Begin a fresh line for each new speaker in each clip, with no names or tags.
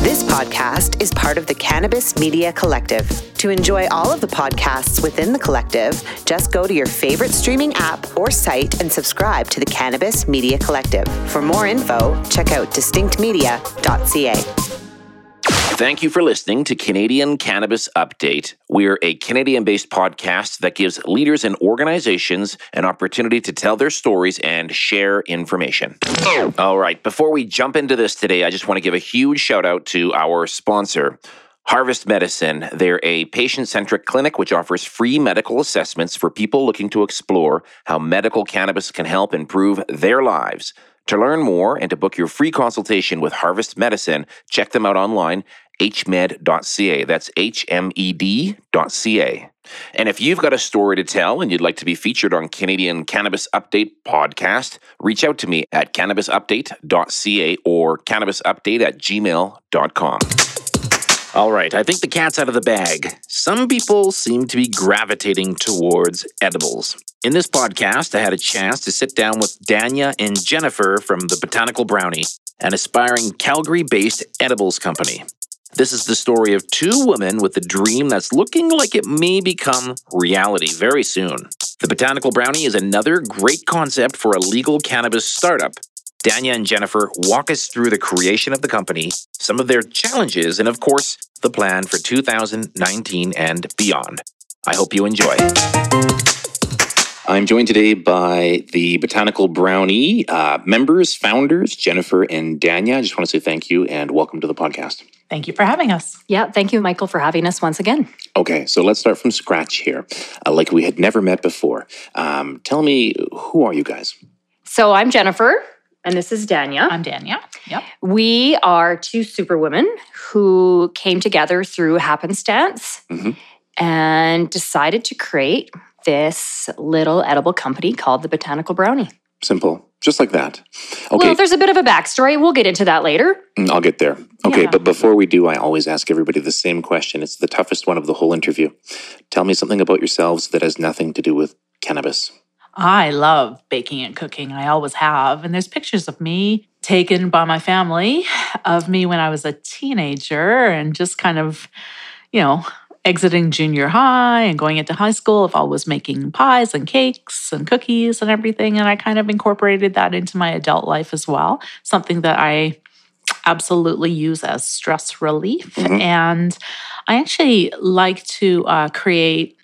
This podcast is part of the Cannabis Media Collective. To enjoy all of the podcasts within the collective, just go to your favorite streaming app or site and subscribe to the Cannabis Media Collective. For more info, check out distinctmedia.ca.
Thank you for listening to Canadian Cannabis Update. We're a Canadian based podcast that gives leaders and organizations an opportunity to tell their stories and share information. All right, before we jump into this today, I just want to give a huge shout out to our sponsor. Harvest Medicine. They're a patient centric clinic which offers free medical assessments for people looking to explore how medical cannabis can help improve their lives. To learn more and to book your free consultation with Harvest Medicine, check them out online, E hmed.ca. That's H M E D.ca. And if you've got a story to tell and you'd like to be featured on Canadian Cannabis Update podcast, reach out to me at cannabisupdate.ca or cannabisupdate at gmail.com. All right, I think the cat's out of the bag. Some people seem to be gravitating towards edibles. In this podcast, I had a chance to sit down with Danya and Jennifer from the Botanical Brownie, an aspiring Calgary based edibles company. This is the story of two women with a dream that's looking like it may become reality very soon. The Botanical Brownie is another great concept for a legal cannabis startup. Danya and Jennifer walk us through the creation of the company, some of their challenges, and of course, the plan for 2019 and beyond. I hope you enjoy. I'm joined today by the Botanical Brownie uh, members, founders, Jennifer and Danya. I just want to say thank you and welcome to the podcast.
Thank you for having us.
Yeah, thank you, Michael, for having us once again.
Okay, so let's start from scratch here, uh, like we had never met before. Um, tell me, who are you guys?
So I'm Jennifer, and this is Danya.
I'm Danya. Yep.
we are two superwomen who came together through happenstance
Mhm.
and decided to create this little edible company called the Botanical Brownie.
Simple, just like that.
Well,
Okay,
there's a bit of a backstory. We'll get into that later.
mm, I'll get there. Okay,
Yeah.
but before we do, I always ask everybody the same question. It's the toughest one of the whole interview. Tell me something about yourselves that has nothing to do with cannabis.
I love baking and cooking. I always have. And there's pictures of me taken by my family of me when I was a teenager and just kind of, you know, exiting junior high and going into high school. If I was making pies and cakes and cookies and everything. And I kind of incorporated that into my adult life as well, something that I absolutely use as stress relief.
Mhm.
And I actually like to uh, create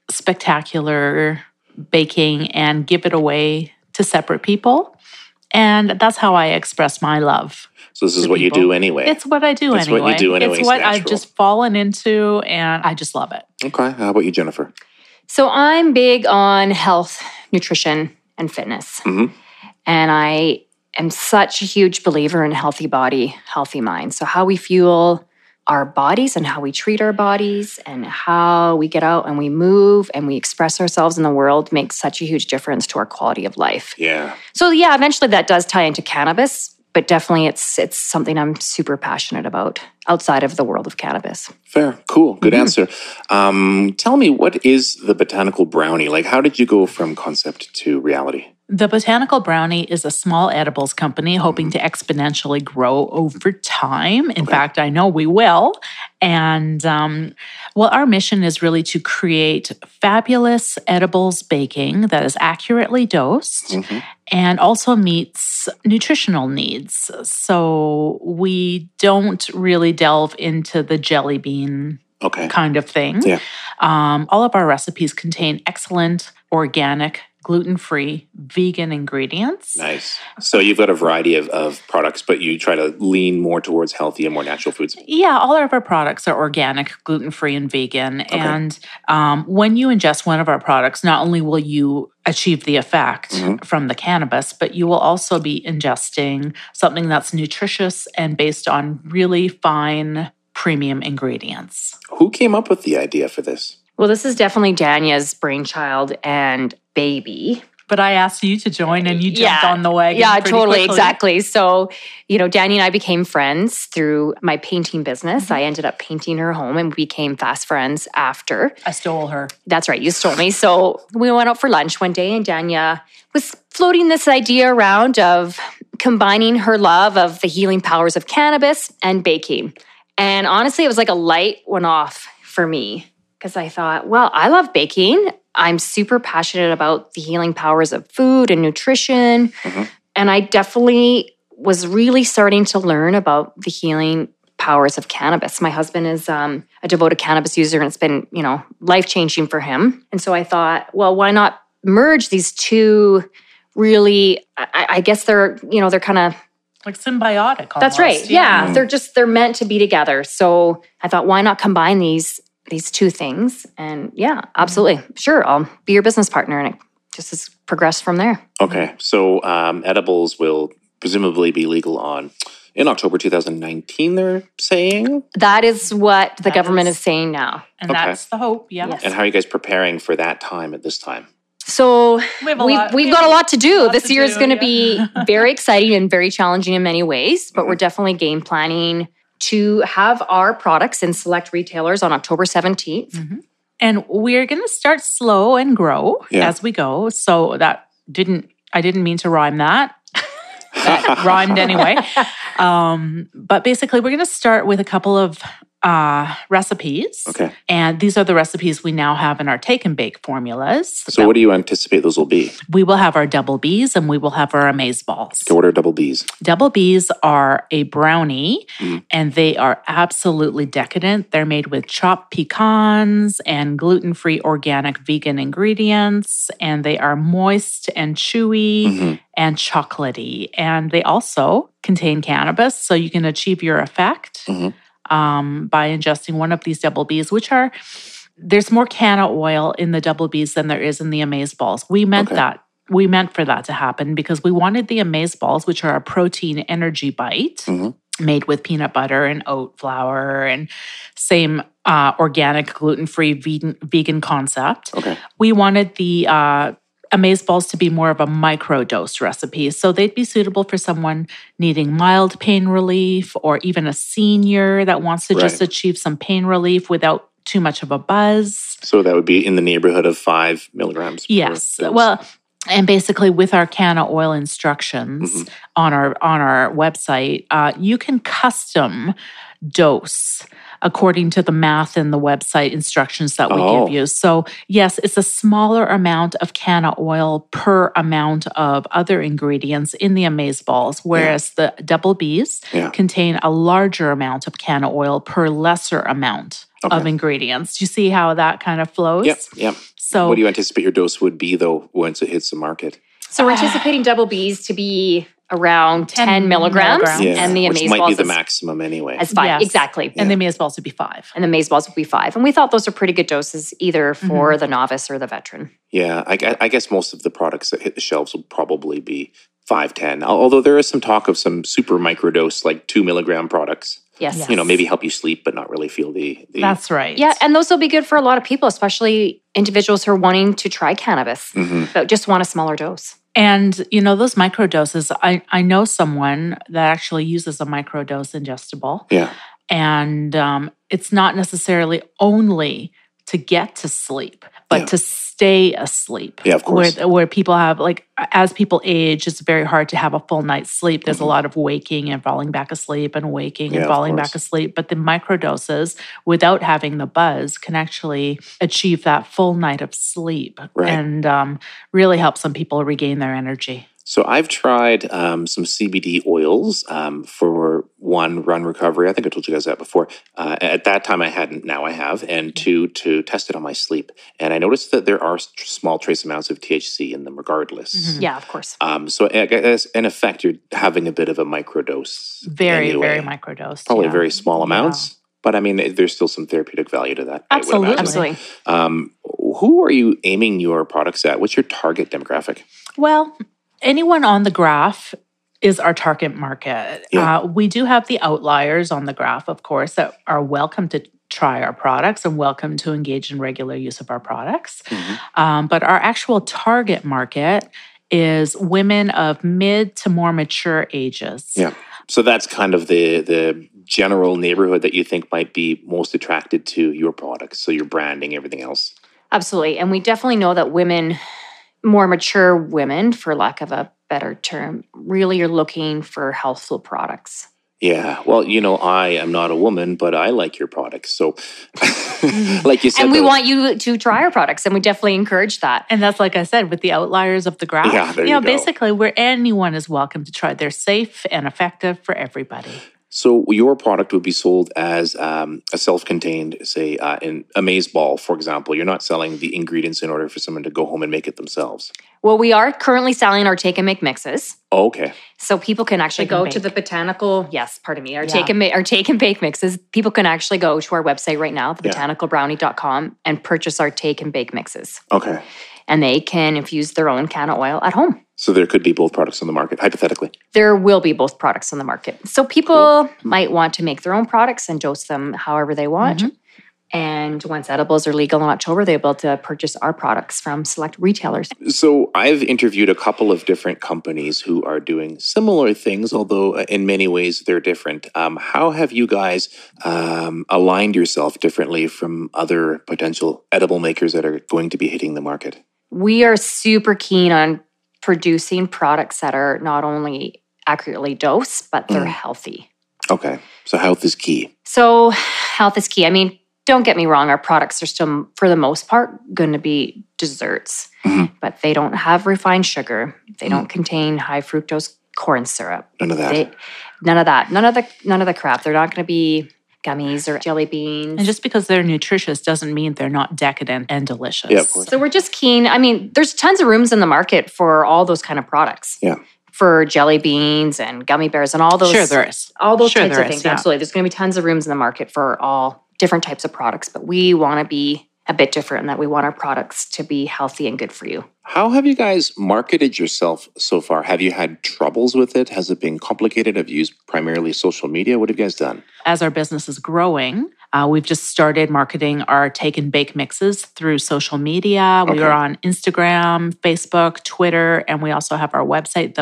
spectacular baking and give it away to separate people. And that's how I express my love.
So this is
For
what
people.
you do anyway.
It's what I do
It's what you
anyway.
do anyway,
It's
it's
what I've
natural.
just fallen into and I just love it.
okay, how about you, Jennifer?
So I'm big on health, nutrition, and fitness.
Mhm.
And I am such a huge believer in healthy body, healthy mind. So how we fuel our bodies and how we treat our bodies and how we get out and we move and we express ourselves in the world makes such a huge difference to our quality of life.
Yeah.
So yeah, eventually that does tie into cannabis, but definitely it's it's something I'm super passionate about outside of the world of cannabis.
Fair, cool, good
Mm-hmm.
answer. Um, tell me, what is the botanical brownie? Like, how did you go from concept to reality?
The Botanical Brownie is a small edibles company
Mm-hmm.
hoping to exponentially grow over time. In
Okay.
fact, I know we will. And um, well, our mission is really to create fabulous edibles baking that is accurately dosed
Mhm.
and also meets nutritional needs. So we don't really delve into the jelly bean
Okay,
kind of thing.
Yeah.
Um, all of our recipes contain excellent organic, gluten free, vegan ingredients.
nice. So you've got a variety of, of products, but you try to lean more towards healthy and more natural foods.
Yeah, all of our products are organic, gluten free, and vegan. And um, when you ingest one of our products, not only will you achieve the effect
Mm-hmm.
Mhm.
from the cannabis, but you will also be ingesting something that's nutritious and based on really fine premium ingredients.
Who came up with the idea for this?
Well, this is definitely Danya's brainchild and baby.
But I asked you to join and you jumped
Yeah.
on the wagon.
yeah,
pretty
totally,
quickly.
exactly. So, you know, Danny and I became friends through my painting business.
Mm-hmm.
I ended up painting her home and we became fast friends after.
I stole her.
That's right, you stole me. So we went out for lunch one day, and Danya was floating this idea around of combining her love of the healing powers of cannabis and baking. And honestly, it was like a light went off for me because I thought, well, I love baking. I'm super passionate about the healing powers of food and nutrition.
Mhm.
And I definitely was really starting to learn about the healing powers of cannabis. My husband is um, a devoted cannabis user and it's been, you know, life changing for him. And so I thought, well, why not merge these two really, I, I guess they're, you know, they're kind of
Like symbiotic. Almost.
that's right. Yeah.
Mhm.
They're just they're meant to be together. So I thought why not combine these these two things? And yeah, absolutely. Sure, I'll be your business partner and it just has progressed from there.
Okay, so um, edibles will presumably be legal on in October 2019. They're saying,
That is what the
That
government
is-
is, saying now.
And
Okay.
that's the hope. Yeah.
Yes.
and how are you guys preparing for that time at this time?
So
We have a
we've,
lot-
we've got a lot to do.
Lot
this
to
year is
do,
going to
yeah.
be very exciting and very challenging in many ways, but we're
Mm-hmm.
definitely game planning to have our products in select retailers on October 17th.
Mm-hmm. and we're going to start slow and grow
Yeah.
as we go so that didn't i didn't mean to rhyme that rhymed anyway um, but basically we're going to start with a couple of uh, recipes
Okay,
and these are the recipes we now have in our take and bake formulas
so what do you anticipate those will be?
we will have our double b's and we will have our amaze balls
Okay, what are double B's?
Double B's are a brownie
Mm.
and they are absolutely decadent. They're made with chopped pecans and gluten free organic vegan ingredients, and they are moist and chewy
Mhm.
and chocolatey. And they also contain cannabis, so you can achieve your effect
Mhm.
um, by ingesting one of these double B's, which are there's more canna oil in the double B's than there is in the amaze balls. We meant
Okay.
that. We meant for that to happen because we wanted the amaze balls, which are a protein energy bite
Mhm.
made with peanut butter and oat flour and same uh, organic, gluten free, vegan, vegan concept
Okay,
we wanted the uh, amaze balls to be more of a micro dose recipe so they'd be suitable for someone needing mild pain relief or even a senior that wants to just
Right.
achieve some pain relief without too much of a buzz
so that would be in the neighborhood of five milligrams. per
Yes.
dose.
Well, and basically with our canna oil instructions
Mm-hmm.
on our on our website, uh, you can custom dose according to the math in the website instructions that we
Oh.
give you. So yes, it's a smaller amount of canna oil per amount of other ingredients in the amaze balls, whereas the double B's
Yeah.
contain a larger amount of canna oil per lesser amount of
Okay.
ingredients. Do you see how that kind of flows?
Yep, yep.
So
what do you anticipate your dose would be though once it hits the market?
So
Ah.
we're anticipating double B's to be around 10,
10
milligrams,
milligrams. Yeah,
and the
which
amaze
might
balls
be the
is-
maximum anyway.
as five.
Yes.
Exactly.
and they may as well also be five.
And the maze balls would be five. And we thought those are pretty good doses either
Mm-hmm.
for the novice or the veteran.
Yeah, I, gue- I guess most of the products that hit the shelves will probably be 510. Al- Although there is some talk of some super microdose, like two milligram products,
Yes.
Yes.
you know, maybe help you sleep, but not really feel the. the
That's right.
Yeah, and those will be good for a lot of people, especially individuals who are wanting to try cannabis,
Mhm.
but just want a smaller dose.
and you know those microdoses. I I know someone that actually uses a microdose ingestible,
Yeah.
and um, it's not necessarily only to get to sleep, but
Yeah.
to stay asleep.
Yeah, of course.
Where where people have like as people age, it's very hard to have a full night's sleep. There's
Mhm.
a lot of waking and falling back asleep, and waking
Yeah,
and
of
falling back
course.
asleep. But the microdoses, without having the buzz, can actually achieve that full night of sleep
Right.
and um, really help some people regain their energy.
So I've tried um, some CBD oils um, for one, run recovery. I think I told you guys that before. Uh, at that time, I hadn't. Now I have. And two, to test it on my sleep. And I noticed that there are s- small trace amounts of THC in them, regardless.
Mhm.
Yeah, of course.
Um, so I guess in effect, you're having a bit of a microdose.
Very,
anyway.
very microdose.
Probably
yeah.
very small amounts, but I mean, there's still some therapeutic value to that. I would imagine.
Absolutely.
Absolutely.
Um, who are you aiming your products at? What's your target demographic?
Well, anyone on the graph is our target market.
Yeah.
Uh, we do have the outliers on the graph, of course, that are welcome to try our products and welcome to engage in regular use of our products.
Mhm.
Um, but our actual target market is women of mid to more mature ages.
Yeah. So that's kind of the the general neighborhood that you think might be most attracted to your products. So your branding, everything else.
Absolutely. And we definitely know that women, more mature women, for lack of a better term, really are looking for healthful products.
Yeah. Well, you know, I am not a woman, but I like your products. So,
Mm-hmm.
like you said,
and we
though-
want you to try our products, and we definitely encourage that.
And that's like I said, with the outliers of the graph.
Yeah, there you
know,
go.
basically where anyone is welcome to try. They're safe and effective for everybody.
So your product would be sold as um, a self-contained, say, uh, an Amaze Ball, for example. You're not selling the ingredients in order for someone to go home and make it themselves.
Well, we are currently selling our take and make mixes.
Okay.
So people can actually
Take and
go
bake.
to the botanical, yes, pardon me, our
Yeah.
take and ma- our take and bake mixes. People can actually go to our website right now,
Yeah.
thebotanicalbrownie.com, and purchase our take and bake mixes.
Okay.
And they can infuse their own can of oil at home.
So there could be both products on the market, hypothetically.
There will be both products on the market. So people might want to make their own products and dose them however they want. And once edibles are legal in October, they'll be able to purchase our products from select retailers.
So I've interviewed a couple of different companies who are doing similar things, although uh, in many ways they're different. Um, how have you guys um, aligned yourself differently from other potential edible makers that are going to be hitting the market?
we are super keen on producing products that are not only accurately dosed but they're
Mm.
healthy
Okay. So health is key.
so health is key i mean don't get me wrong our products are still for the most part going to be desserts
Mhm.
but they don't have refined sugar they don't contain high fructose corn syrup
None of that.
they, none of that none of the none of the crap they're not going to be gummies or jelly beans
And just because they're nutritious doesn't mean they're not decadent and delicious.
Yeah, of course.
So we're just keen. I mean, there's tons of rooms in the market for all those kind of products.
Yeah.
For jelly beans and gummy bears and all those
sure there is.
all those
sure
types
there
of
is,
things.
yeah.
Absolutely. There's going to be tons of rooms in the market for all different types of products, but we want to be a bit different in that we want our products to be healthy and good for you.
How have you guys marketed yourself so far? Have you had troubles with it? Has it been complicated? Have you used primarily social media? What have you guys done?
As our business is growing, uh, we've just started marketing our take and bake mixes through social media. We
Okay.
are on Instagram, Facebook, Twitter, and we also have our website,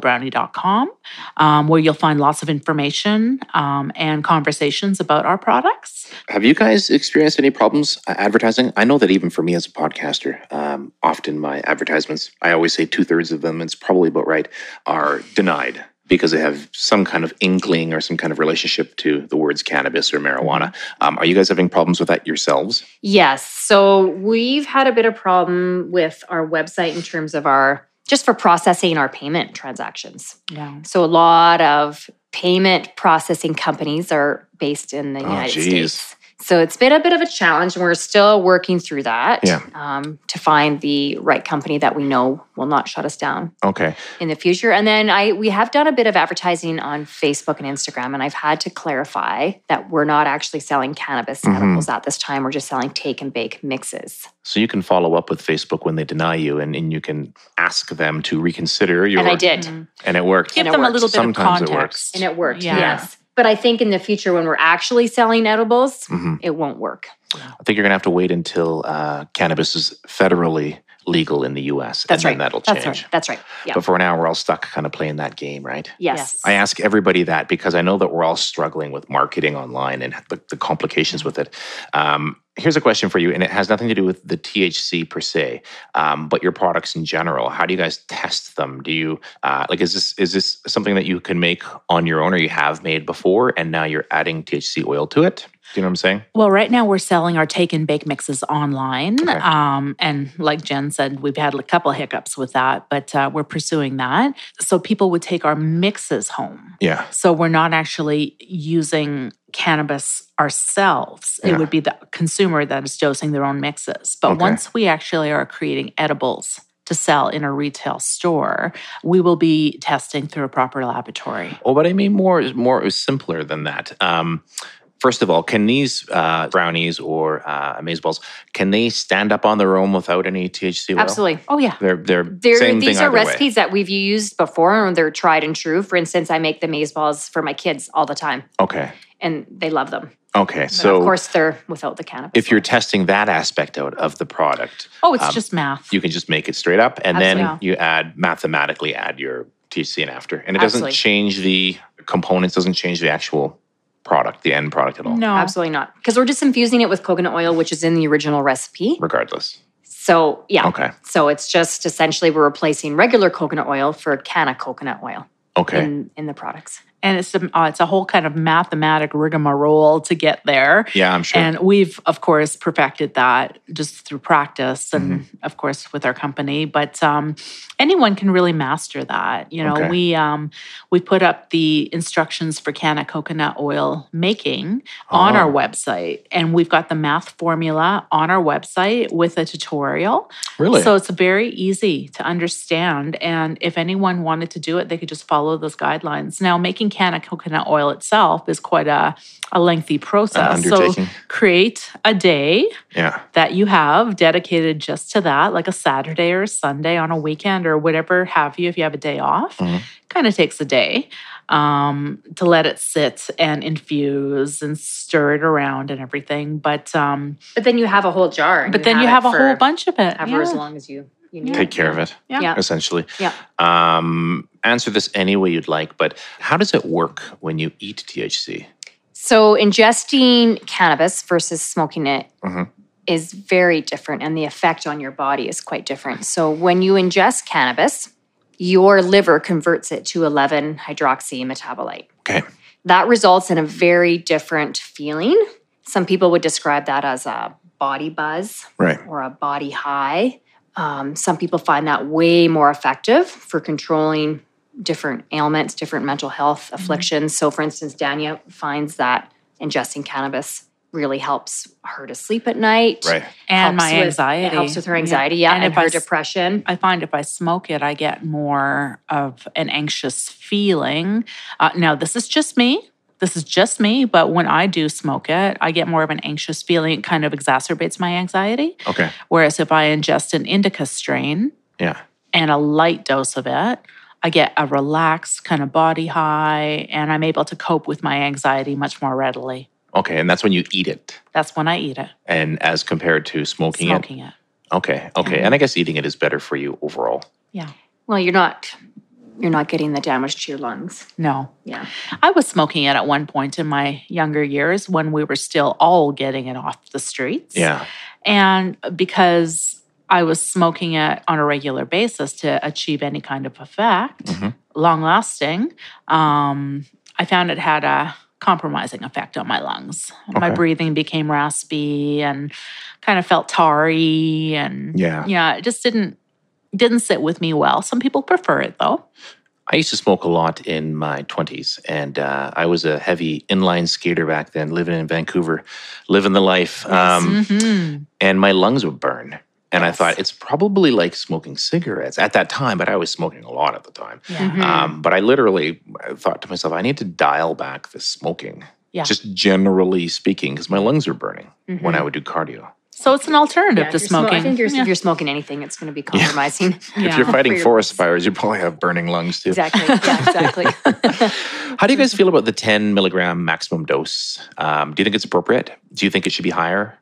thebotanicalbrownie.com, um, where you'll find lots of information um, and conversations about our products.
Have you guys experienced any problems uh, advertising? I know that even for me as a podcaster, um, often my advertisements, I always say two thirds of them, it's probably about right, are denied because they have some kind of inkling or some kind of relationship to the words cannabis or marijuana. Um, are you guys having problems with that yourselves?
Yes. So we've had a bit of problem with our website in terms of our just for processing our payment transactions.
Yeah.
So a lot of payment processing companies are based in the
Oh,
United
geez.
States. So it's been a bit of a challenge, and we're still working through that
Yeah.
um, to find the right company that we know will not shut us down
Okay.
in the future. And then I we have done a bit of advertising on Facebook and Instagram, and I've had to clarify that we're not actually selling cannabis
Mhm.
edibles at this time. We're just selling take and bake mixes.
So you can follow up with Facebook when they deny you and, and you can ask them to reconsider your
and I did.
Mm-hmm.
and it worked.
Give
it
them a
works.
little bit
Sometimes
of
it works.
context.
And it worked.
Yeah.
Yes. But I think in the future when we're actually selling edibles,
Mhm.
it won't work.
I think you're going to have to wait until uh, cannabis is federally legal in the US. and
That's right.
then that'll
That's
change.
That's right. Yeah.
But for now, we're all stuck kind of playing that game, right?
yes.
I ask everybody that because I know that we're all struggling with marketing online and the, the complications with it. Um, here's a question for you, and it has nothing to do with the THC per se, um, but your products in general. How do you guys test them? Do you uh, like is this is this something that you can make on your own, or you have made before, and now you're adding THC oil to it? Do you know what I'm saying?
Well, right now we're selling our take and bake mixes online.
Okay.
Um, and like Jen said, we've had a couple hiccups with that, but uh, we're pursuing that. So people would take our mixes home.
Yeah.
So we're not actually using cannabis ourselves.
Yeah.
It would be the consumer that is dosing their own mixes. But
Okay.
once we actually are creating edibles to sell in a retail store, we will be testing through a proper laboratory.
Well, but I mean more more simpler than that. Um, first of all, can these uh, brownies or uh, amazeballs can they stand up on their own without any THC? oil?
Absolutely.
Oh, yeah.
They're they're
They're,
same
these
thing
are
either way.
recipes that we've used before and they're tried and true. For instance, I make the maize balls for my kids all the time
Okay.
and they love them.
Okay.
But
So
of course they're without the cannabis.
Oh. if you're
oil.
testing that aspect out of the product,
Oh, it's
Um,
just math.
you can just make it straight up, and then
Absolutely.
you add mathematically add your THC in after, and it
Absolutely.
doesn't change the components, doesn't change the actual product, the end product at all.
no.
Absolutely not. Because we're just infusing it with coconut oil, which is in the original recipe.
Regardless.
So, yeah.
Okay.
So it's just essentially we're replacing regular coconut oil for canna coconut oil.
Okay.
in, in the products.
and it's a, uh, it's a whole kind of mathematic rigmarole to get there.
yeah, I'm sure.
And we've, of course, perfected that just through practice and,
Mm-hmm.
of course, with our company. But um, anyone can really master that. You know,
Okay.
we um, we put up the instructions for canna coconut oil making on
Oh.
our website, and we've got the math formula on our website with a tutorial.
really?
So it's very easy to understand. And if anyone wanted to do it, they could just follow those guidelines. Now, making canna coconut oil itself is quite a, a lengthy
An
process. so
Uh, undertaking.
create a day
yeah.
that you have dedicated just to that, like a Saturday or a Sunday on a weekend or whatever have you, if you have a day off.
Mhm.
Kind of takes a day um, to let it sit and infuse and stir it around and everything. But um,
But then you have a whole jar. and
but then you
it
have a
for
whole bunch of it.
Ever
Yeah.
as long as you, you need.
Take care of it.
Yeah.
Yeah.
Essentially.
Yeah.
Um, answer this any way you'd like, but how does it work when you eat THC?
So ingesting cannabis versus smoking it is
Mhm.
very different, and the effect on your body is quite different. So when you ingest cannabis, your liver converts it to 11 hydroxy metabolite.
Okay.
That results in a very different feeling. Some people would describe that as a body buzz
Right.
or a body high. Um, some people find that way more effective for controlling different ailments, different mental health
Mm-hmm.
afflictions. So, for instance, Dania finds that ingesting cannabis really helps her to sleep at night.
Right.
and
Helps
my
with-
anxiety.
It helps with her
Yeah.
anxiety, yeah, and,
And, if
her
I, s-
depression.
I find if I smoke it, I get more of an anxious feeling. Uh, now, this is just me. This is just me. But when I do smoke it, I get more of an anxious feeling. It kind of exacerbates my anxiety.
Okay.
Whereas if I ingest an indica strain
Yeah.
and a light dose of it, I get a relaxed kind of body high and I'm able to cope with my anxiety much more readily.
Okay. And that's when you eat it.
That's when I eat it,
And as compared to smoking,
smoking it.
it. Okay. Okay. And I guess eating it is better for you overall.
Yeah.
Well, you're not you're not getting the damage to your lungs.
No.
Yeah.
I was smoking it at one point in my younger years when we were still all getting it off the streets.
Yeah.
And because I was smoking it on a regular basis to achieve any kind of effect,
Mhm.
long lasting, um, I found it had a compromising effect on my lungs. My
Okay.
breathing became raspy and kind of felt tarry and
Yeah.
yeah, it just didn't didn't sit with me well. Some people prefer it though.
I used to smoke a lot in my 20s, and uh, I was a heavy inline skater back then, living in Vancouver, living the life. Um,
Mhm.
and my lungs would burn. And I
Yes.
thought it's probably like smoking cigarettes at that time, but I was smoking a lot at the time.
Yeah.
Mhm.
Um, but I literally thought to myself, I need to dial back the smoking,
Yeah.
just generally speaking, because my lungs were burning when I would do cardio.
So it's an alternative
Mm-hmm. Yeah,
to
if you're smo-
smoking.
I think you're,
Yeah.
if you're smoking anything, it's going to be compromising.
Yeah.
If you're fighting
your
forest fires, you probably have burning lungs too.
Exactly. Yeah, exactly.
How do you guys feel about the 10 milligram maximum dose? Um, do you think it's appropriate? Do you think it should be higher?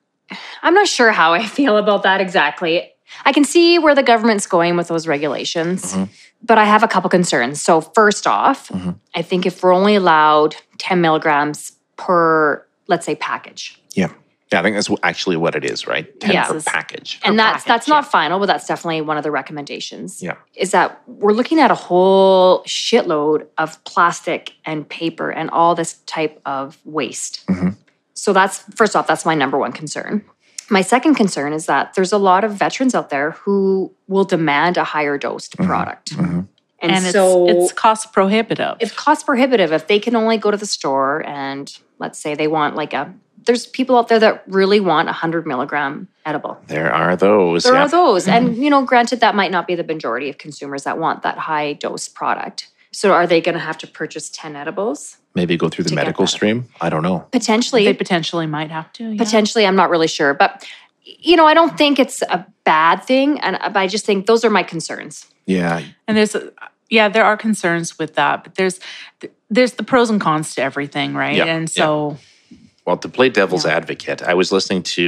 I'm not sure how I feel about that exactly. I can see where the government's going with those regulations,
Mhm.
but I have a couple concerns. So, first off,
Mhm.
I think if we're only allowed 10 milligrams per, let's say, package,
Yeah, I think that's actually what it is, right? 10
Yeah.
per package.
and that's
package,
that's not final, but that's definitely one of the recommendations.
Yeah.
is that we're looking at a whole shitload of plastic and paper and all this type of waste.
Mhm.
So that's first off, that's my number one concern. My second concern is that there's a lot of veterans out there who will demand a higher dosed product,
Mhm.
and,
and
so
it's, it's cost prohibitive.
it's cost prohibitive if they can only go to the store and let's say they want like a. There's people out there that really want a hundred milligram edible.
There are those.
There
yeah. Mm-hmm.
are those. And, you know, granted, that might not be the majority of consumers that want that high dose product. So are they going to have to purchase 10 edibles?
Maybe go through the
To get
medical
that.
stream. I don't know.
Potentially.
they potentially might have to. yeah.
potentially. I'm not really sure. But, you know, I don't think it's a bad thing. And uh, but I just think those are my concerns.
Yeah.
And there's, uh, yeah, there are concerns with that, but there's, th- there's the pros and cons to everything, right?
Yeah,
And
yeah.
so,
Well, to play devil's
Yeah.
advocate, I was listening to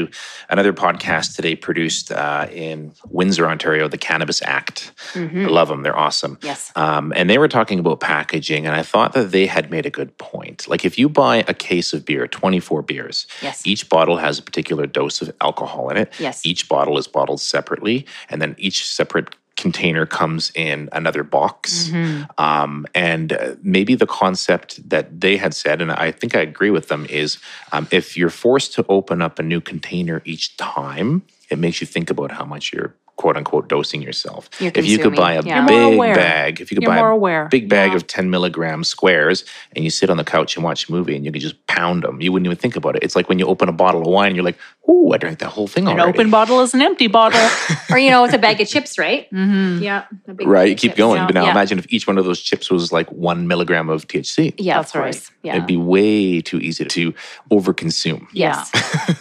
another podcast today produced uh, in Windsor, Ontario, the Cannabis Act.
Mm-hmm.
I love them. They're awesome.
Yes.
Um, and they were talking about packaging, and I thought that they had made a good point. Like, if you buy a case of beer, 24 beers,
Yes.
each bottle has a particular dose of alcohol in it.
Yes.
Each bottle is bottled separately, and then each separate container comes in another box.
Mm-hmm.
Mhm.
Um, and uh, maybe the concept that they had said, and I think I agree with them, is um, if you're forced to open up a new container each time, it makes you think about how much you're quote unquote dosing yourself.
You're
if you could
consuming,
buy a
yeah. You're
more
big
aware.
bag, if you could
You're
buy
more
a
aware.
big bag
Yeah.
of 10 milligram squares and you sit on the couch and watch a movie and you could just pound them, you wouldn't even think about it. It's like when you open a bottle of wine and you're like, ooh, I drank that whole thing
An
already.
open bottle is an empty bottle.
or you know, it's a bag of chips, right?
hmm
Yeah, a big
Mm-hmm. Right,
bag
you
of
keep
chips.
going.
Yeah.
But now
Yeah.
imagine if each one of those chips was like one milligram of THC.
Yeah,
That's
that's
right.
right. Yeah.
It'd be way too easy to overconsume.
yes.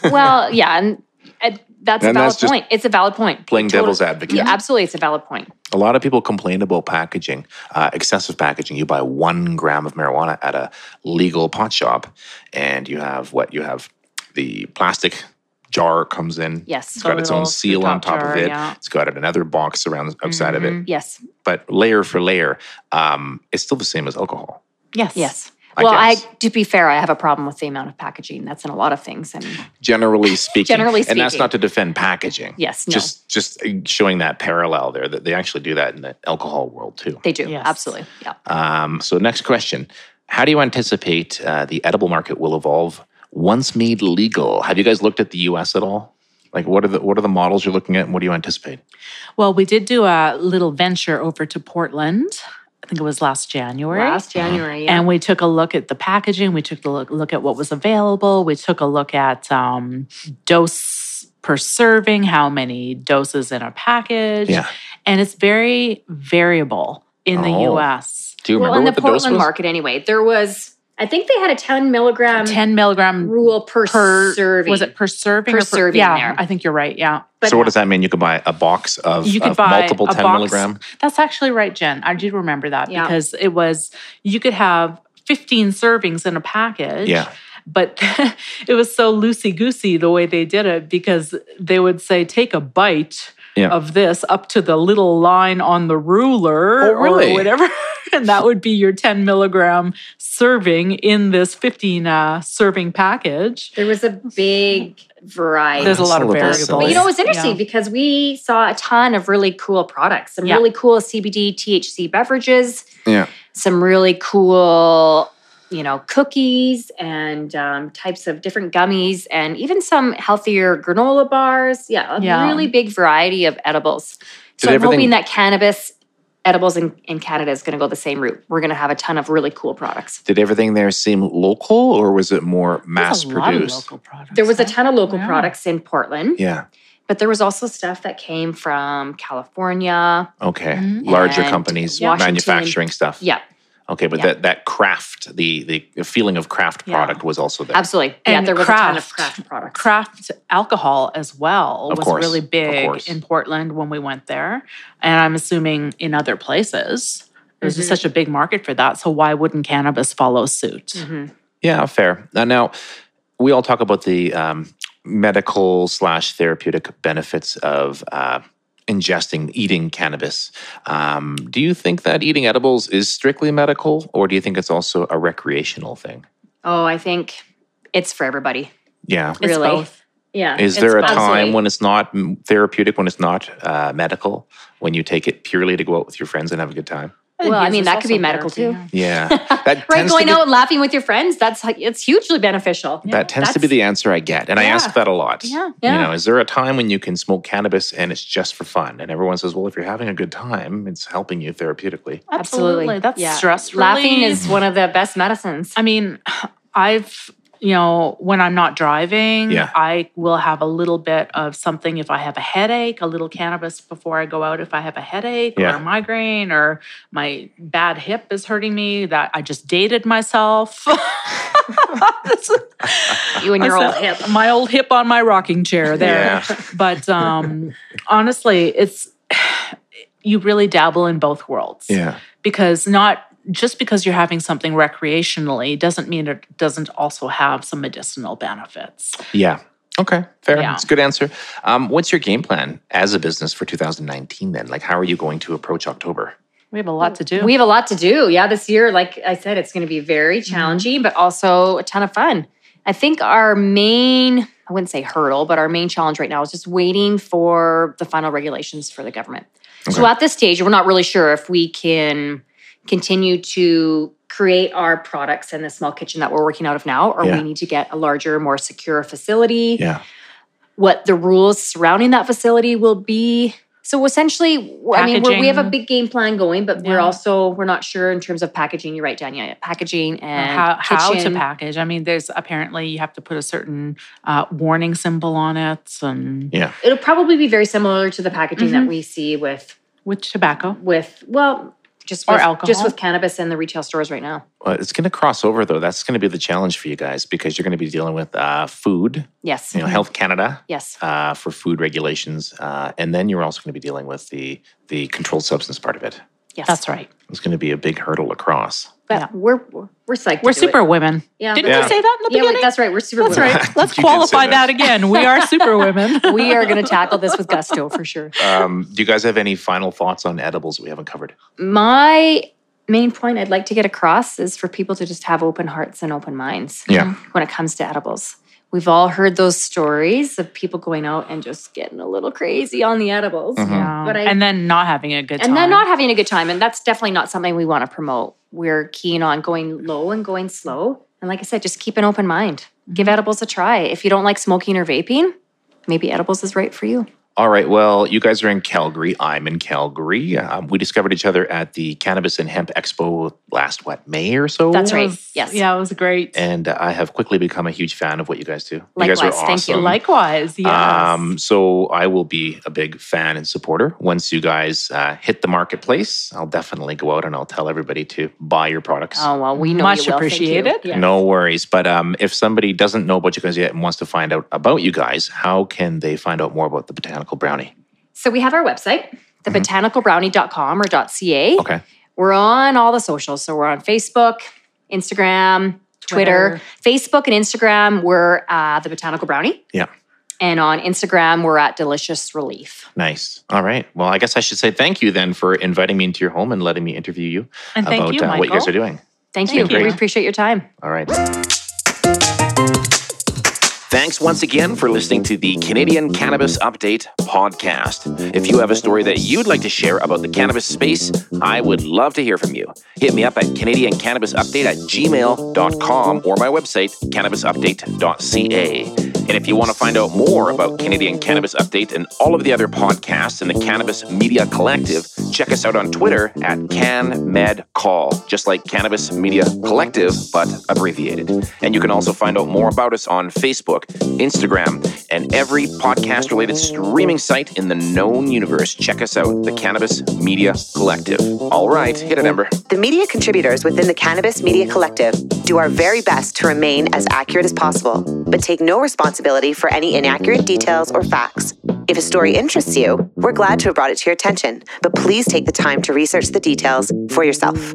well, yeah, and uh, that's a
And
valid
that's just
point. It's a valid point.
Playing
Total-
devil's advocate.
Yeah, absolutely, it's a valid point.
A lot of people complain about packaging, uh, excessive packaging. You buy one gram of marijuana at a legal pot shop, and you have what? You have the plastic jar comes in.
Yes.
It's got its own
little
seal on top
screw-top
of
jar,
it.
yeah.
It's got another box around outside of it.
Yes.
But layer for layer, um, it's still the same as alcohol.
Yes.
Yes.
I
well, I
guess.
to be fair, I have a problem with the amount of packaging. That's in a lot of things. I mean,
generally speaking.
Generally
and that's
speaking.
not to defend packaging.
Yes, no.
just just showing that parallel there that they actually do that in the alcohol world too.
they do
Yes.
absolutely. Yeah.
Um, so next question: How do you anticipate uh, the edible market will evolve once made legal? Have you guys looked at the U.S. at all? Like, what are the what are the models you're looking at, and what do you anticipate?
Well, we did do a little venture over to Portland. I think it was last January.
Last January, yeah.
And we took a look at the packaging. We took a look, look at what was available. We took a look at um, dose per serving, how many doses in a package.
Yeah.
And it's very variable in the
Oh.
US.
Do you
well,
remember
in
what the,
the,
dose
Portland
was?
market, anyway, there was I think they had a ten milligram
10 milligram
rule Um, per,
per
serving.
Was it per serving?
Per
or
serving
Yeah,
there.
I think you're right. Yeah.
But
so what does that mean? You could buy a box of,
You could
of
buy
multiple
a
10
box.
milligram.
That's actually right, Jen. I do remember that
Yeah.
because it was, you could have 15 servings in a package.
Yeah.
but it was so loosey goosey the way they did it because they would say take a bite
Yeah.
of this up to the little line on the ruler
Oh, really?
or whatever and that would be your 10 milligram serving in this 15 uh, serving package
There was a big variety.
there's a
Oh, That's
lot of
all about
variables
selling.
But you know, it was
Yeah.
interesting because we saw a ton of really cool products, some
Yeah.
really cool CBD, THC beverages,
Yeah.
some really cool, you know, cookies and um, types of different gummies, and even some healthier granola bars. Yeah, a
Yeah.
really big variety of edibles. So
Did
I'm hoping
everything-
that cannabis edibles in, in Canada is going to go the same route. We're going to have a ton of really cool products.
Did everything there seem local, or was it more
There's
mass
a lot of
produced?
local products,
There was a
huh?
ton of local
Yeah.
products in Portland,
Yeah.
but there was also stuff that came from California.
Okay.
Mhm.
Larger
Mm-hmm. And
companies,
Washington.
manufacturing stuff.
Yeah,
Okay, but
Yeah.
that that craft, the the feeling of craft
Yeah.
product was also there.
absolutely. yeah,
And
there was a ton of
craft.
craft products.
craft alcohol as well
Of
was
course,
really
of
big
course.
in Portland when we went there. And I'm assuming in other places. There's just
Mhm.
such a big market for that. So why wouldn't cannabis follow suit?
Mhm.
Yeah, fair. Now, now we all talk about the um, medical slash therapeutic benefits of uh, ingesting, eating cannabis. Um, do you think that eating edibles is strictly medical, or do you think it's also a recreational thing?
Oh, I think it's for everybody.
Yeah.
It's
Really?
both.
Yeah.
Is
It's
there a
both.
time when it's not mm, therapeutic, when it's not uh, medical, when you take it purely to go out with your friends and have a good time?
Well, I mean, that could be medical too.
Yeah. That
right,
tends
going
to be,
out and laughing with your friends, that's like it's hugely beneficial.
Yeah.
that tends to be
that's-
the answer I get. And I
Yeah.
ask that a lot.
Yeah.
You
Yeah.
know, is there a time when you can smoke cannabis and it's just for fun? And everyone says, well, if you're having a good time, it's helping you therapeutically.
Absolutely. That's
Yeah.
stress
Laughing
relief.
is one of the best medicines.
I mean, I've you know when I'm not driving,
Yeah.
I will have a little bit of something if I have a headache, a little cannabis before I go out if I have a headache
Yeah.
or a migraine or my bad hip is hurting me that I just dated myself.
You and your
I
old
said,
hip.
My old hip on my rocking chair there.
Yeah.
But um honestly, it's you really dabble in both worlds
Yeah.
because not just because you're having something recreationally doesn't mean it doesn't also have some medicinal benefits.
Yeah. Okay. Fair.
Yeah.
It's a good answer. Um, what's your game plan as a business for 2019 then? Like, how are you going to approach October?
We have a lot to do.
We have a lot to do. Yeah, this year, like I said, it's going to be very challenging, but also a ton of fun. I think our main, I wouldn't say hurdle, but our main challenge right now is just waiting for the final regulations for the government. So at this stage, we're not really sure if we can continue to create our products in the small kitchen that we're working out of now, or
Yeah.
we need to get a larger, more secure facility.
Yeah.
What the rules surrounding that facility will be. So essentially, we're- I mean, we're, we have a
Packaging.
big game plan going, but we're
Yeah.
also we're not sure in terms of packaging. You're right, Danya. Packaging and
how, how to
kitchen.
package. I mean, there's apparently you have to put a certain uh, warning symbol on it, and
Yeah.
It'll probably be very similar to the packaging that
Mm-hmm.
we see with
with tobacco.
with well, just
Or
with, just
alcohol.
with cannabis in the retail stores right now.
Well, it's going to cross over though. That's going to be the challenge for you guys because you're going to be dealing with uh, food,
Yes.
you know, Health Canada
Yes.
uh, for food regulations, uh, and then you're also going to be dealing with the the controlled substance part of it.
Yes.
That's right.
It's going to be a big hurdle across.
But
Yeah.
we're we're we're psyched.
We're
to do it.
super women.
Yeah.
Didn't
Yeah.
we say that in the
yeah,
beginning?
we- that's right. We're super.
That's
women.
right. Let's
You did say
qualify
that.
that again. We are super women.
we are going to tackle this with gusto for sure.
Um, do you guys have any final thoughts on edibles that we haven't covered?
My main point I'd like to get across is for people to just have open hearts and open minds.
Yeah.
When it comes to edibles, we've all heard those stories of people going out and just getting a little crazy on the edibles.
Mhm.
Yeah.
Uh-huh. But I-
and then not having a good time.
and then not having a good time. And that's definitely not something we want to promote. We're keen on going low and going slow. And like I said, just keep an open mind. Give edibles a try. If you don't like smoking or vaping, maybe edibles is right for you.
All right. Well, you guys are in Calgary. I'm in Calgary. Um, we discovered each other at the Cannabis and Hemp Expo last what May or so.
That's right.
It was-
Yes.
Yeah, it was great.
And I have quickly become a huge fan of what you guys do. you guys
Likewise.
are awesome.
Thank you.
Likewise, yes.
Um, so I will be a big fan and supporter. Once you guys uh, hit the marketplace, I'll definitely go out and I'll tell everybody to buy your products.
Oh well, we know
Much
you will. Thank you.
appreciated.
Yeah.
No worries. But um, if somebody doesn't know about you guys yet and wants to find out about you guys, how can they find out more about the Botanical Brownie?
So we have our website, thebotanicalbrownie.com or .ca.
Okay.
We're on all the socials. So we're on Facebook, Instagram, Twitter.
Twitter.
Facebook and Instagram, we're uh, The Botanical Brownie.
Yeah.
And on Instagram, we're at Delicious Relief.
Nice. All right. Well, I guess I should say thank you then for inviting me into your home and letting me interview you
And thank
about
you,
uh, what you guys
Michael.
are doing.
Thank,
Thank
you.
you.
We appreciate your time.
All right.
Thanks once again for listening to the Canadian Cannabis Update podcast. If you have a story that you'd like to share about the cannabis space, I would love to hear from you. Hit me up at CanadianCannabisUpdate at gmail.com or my website, cannabisupdate.ca. And if you want to find out more about Canadian Cannabis Update and all of the other podcasts in the Cannabis Media Collective, check us out on Twitter at CanMedCall, just like Cannabis Media Collective, but abbreviated. And you can also find out more about us on Facebook, Instagram, and every podcast related streaming site in the known universe. Check us out, the Cannabis Media Collective. All right, hit it, Ember.
The media contributors within the Cannabis Media Collective do our very best to remain as accurate as possible, but take no responsibility for any inaccurate details or facts. If a story interests you, we're glad to have brought it to your attention, but please take the time to research the details for yourself.